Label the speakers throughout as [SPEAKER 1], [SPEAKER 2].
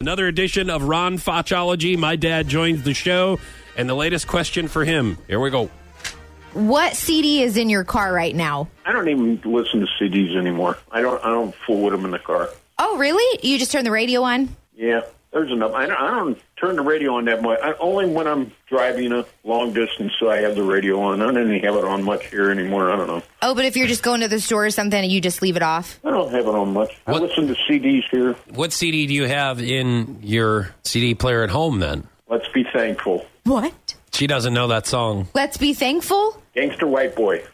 [SPEAKER 1] Another edition of Ron Fochology. My dad joins the show, and the latest question for him. Here we go.
[SPEAKER 2] What CD is in your car right now?
[SPEAKER 3] I don't even listen to CDs anymore. I don't. I don't fool with them in the car.
[SPEAKER 2] Oh, really? You just turn the radio on?
[SPEAKER 3] Yeah, there's enough. I don't, I don't turn the radio on that much. I, only when I'm driving a long distance, so I have the radio on. I don't even have it on much here anymore. I don't know.
[SPEAKER 2] Oh, but if you're just going to the store or something and you just leave it off?
[SPEAKER 3] I don't have it on much.
[SPEAKER 1] What-
[SPEAKER 3] I listen to CDs here.
[SPEAKER 1] What CD do you have in your CD player at home then?
[SPEAKER 3] Let's be thankful.
[SPEAKER 2] What?
[SPEAKER 1] She doesn't know that song.
[SPEAKER 2] Let's be thankful?
[SPEAKER 3] Gangster white boy.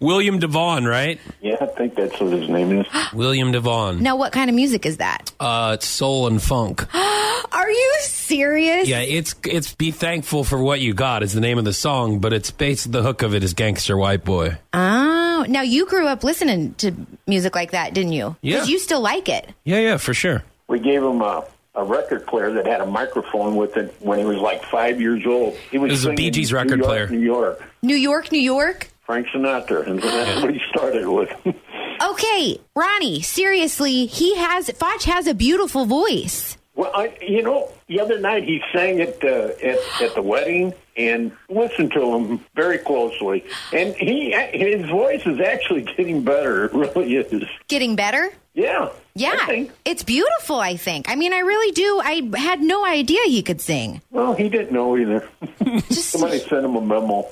[SPEAKER 1] William Devon, right?
[SPEAKER 3] Yeah, I think that's what his name is.
[SPEAKER 1] William Devon.
[SPEAKER 2] Now, what kind of music is that?
[SPEAKER 1] Uh, it's soul and funk.
[SPEAKER 2] Are you serious?
[SPEAKER 1] Yeah, it's it's be thankful for what you got is the name of the song, but it's based the hook of it is gangster white boy.
[SPEAKER 2] Oh, now you grew up listening to music like that, didn't you?
[SPEAKER 1] Yeah.
[SPEAKER 2] you still like it.
[SPEAKER 1] Yeah, yeah, for sure.
[SPEAKER 3] We gave him a. A record player that had a microphone with it when he was like five years old. He was,
[SPEAKER 1] It was a Bee
[SPEAKER 3] singing
[SPEAKER 1] Gees
[SPEAKER 3] New
[SPEAKER 1] record
[SPEAKER 3] York,
[SPEAKER 1] player.
[SPEAKER 3] New York,
[SPEAKER 2] New York, New York?
[SPEAKER 3] Frank Sinatra, and that's what he started with.
[SPEAKER 2] Okay, Ronnie, seriously, he has, Foch has a beautiful voice.
[SPEAKER 3] Well, I, you know, the other night he sang at, uh, at at the wedding, and listened to him very closely, and he his voice is actually getting better. It really is.
[SPEAKER 2] Getting better?
[SPEAKER 3] Yeah. I
[SPEAKER 2] Yeah,
[SPEAKER 3] think.
[SPEAKER 2] it's beautiful, I think. I mean, I really do. I had no idea he could sing.
[SPEAKER 3] Well, he didn't know either.
[SPEAKER 2] Just
[SPEAKER 3] Somebody sent him a memo.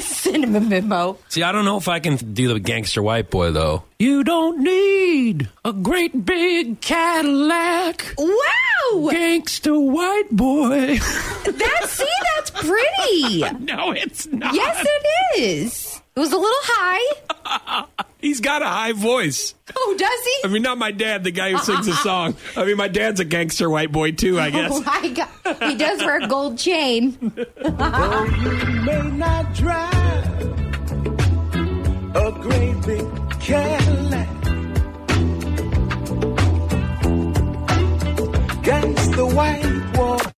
[SPEAKER 2] send him a memo.
[SPEAKER 1] See, I don't know if I can do the gangster white boy though. You don't need a great big Cadillac.
[SPEAKER 2] Wow!
[SPEAKER 1] gangster white boy.
[SPEAKER 2] That, see, that's pretty.
[SPEAKER 1] no, it's not.
[SPEAKER 2] Yes, it is. It was a little high.
[SPEAKER 1] He's got a high voice.
[SPEAKER 2] Oh, does
[SPEAKER 1] I
[SPEAKER 2] he?
[SPEAKER 1] mean, not my dad, the guy who sings the song. I mean, my dad's a gangster white boy too, I guess.
[SPEAKER 2] Uh-uh. Oh my God. He does wear a gold chain.
[SPEAKER 4] Though you may not drive a great big Cadillac.